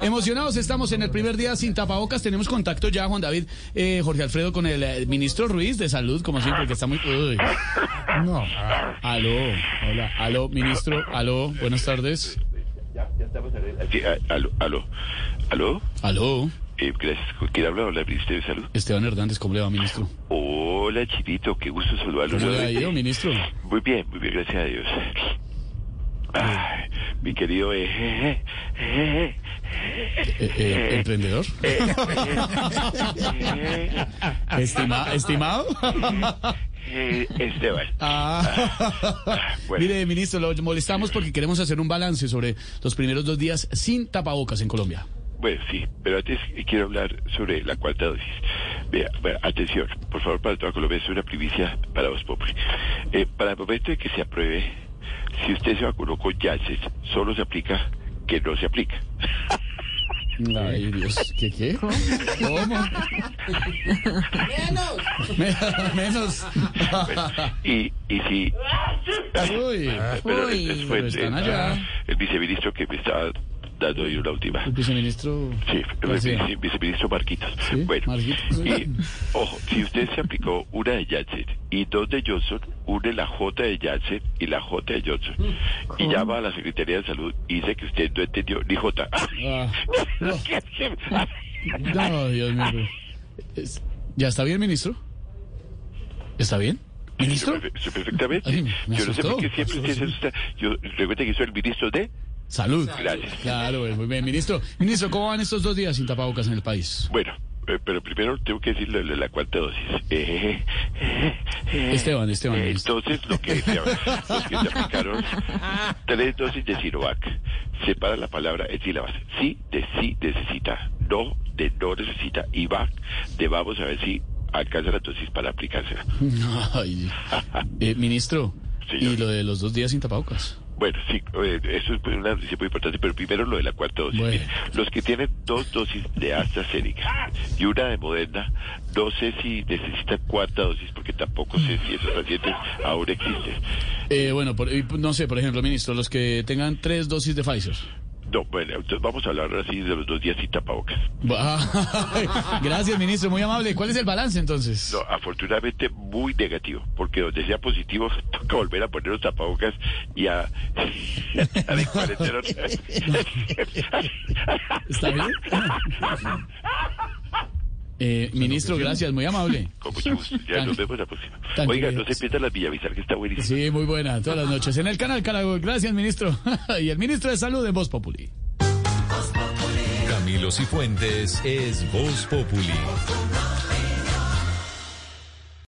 Emocionados estamos en el primer día sin tapabocas. Tenemos contacto ya, Juan David, eh, Jorge Alfredo, con el, eh, ministro Ruiz de Salud, como siempre, que está muy... Uy. No. Aló, hola, aló, ministro, aló, buenas tardes. Sí, a- aló, aló, aló. Aló, Eh, gracias. ¿Con quién habla? Hola, Ministerio de Salud. Esteban Hernández, ¿cómo le va, ministro? Hola, Chirito, qué gusto ¿Cómo saludarlo. le ha nuevamente. ido, ministro? Eh, Muy bien, muy bien, gracias a Dios. Ay, mi querido... eh, eh, eh, eh, Eh, eh, eh, ¿Emprendedor? eh, Estima- ¿Estimado? eh, Esteban. Ah. Bueno. Mire, ministro, lo molestamos porque queremos hacer un balance sobre los primeros dos días sin tapabocas en Colombia. Bueno, sí, pero antes quiero hablar sobre la cuarta dosis. Vea, bueno, atención, por favor, para toda Colombia, es una primicia para vos, Popri. Eh, para el momento de que se apruebe, si usted se vacunó con Janssen, solo se aplica que no se aplica. Ay, Dios, ¿qué qué? ¿Cómo? Menos. Menos. Y, y Uy. si... Ah, Pero Uy, pero después, están eh, allá. el viceministro que me estaba dando ahí una última. El viceministro. Sí, el García. vice- viceministro Marquitos. Ah, Sí, bueno, Marquitos. y, ojo, si usted se aplicó una de Janssen y dos de Johnson, une la J de Janssen y la J de Johnson. Mm, Y llama a la Secretaría de Salud y dice que usted no entendió ni J. Ah. No, Dios mío. Es- ¿Ya está bien, ministro? ¿Está bien? ¿Ministro? Sí, perfe- sí, perfectamente. Ay, me Yo no sé asustó. por qué siempre usted se asusta. Yo recuerda que soy el ministro de. Salud. Gracias. Claro, muy bien, ministro. Ministro, ¿cómo van estos dos días sin tapabocas en el país? Bueno, eh, pero primero tengo que decirle la, la cuarta dosis. Eh, eh, eh, Esteban, Esteban, eh, listo. entonces, lo que, se, los que se aplicaron tres dosis de Sinovac. Separa la palabra en sílabas. Sí, de sí necesita. No, de no necesita. Y va, de vamos a ver si alcanza la dosis para aplicársela. Ay. Eh, ministro, Señor. ¿y lo de los dos días sin tapabocas? Bueno, sí, eh, eso es pues, una noticia muy importante, pero primero lo de la cuarta dosis. Bueno. Mire, Los que tienen dos dosis de AstraZeneca y una de Moderna, no sé si necesitan cuarta dosis, porque tampoco sé si esos pacientes aún existen. Eh, bueno, por- y, no sé, por ejemplo, ministro, los que tengan tres dosis de Pfizer. No, bueno, entonces vamos a hablar ahora sí de los dos días sin tapabocas. Ah, Gracias, ministro, muy amable. ¿Cuál es el balance entonces? No, afortunadamente muy negativo, porque donde sea positivo toca volver a poner los tapabocas y a, a descuarentena otra vez. ¿Está bien? Eh, ministro, gracias, muy amable. Con mucho gusto, ya nos vemos la próxima. Tan Oiga, no queridos. se pierdan las Villavizar, que está buenísimo. Sí, muy buena, todas las noches. En el canal Caracol, gracias, ministro. y el ministro de Salud en Voz Populi. Camilo Cifuentes es Voz Populi.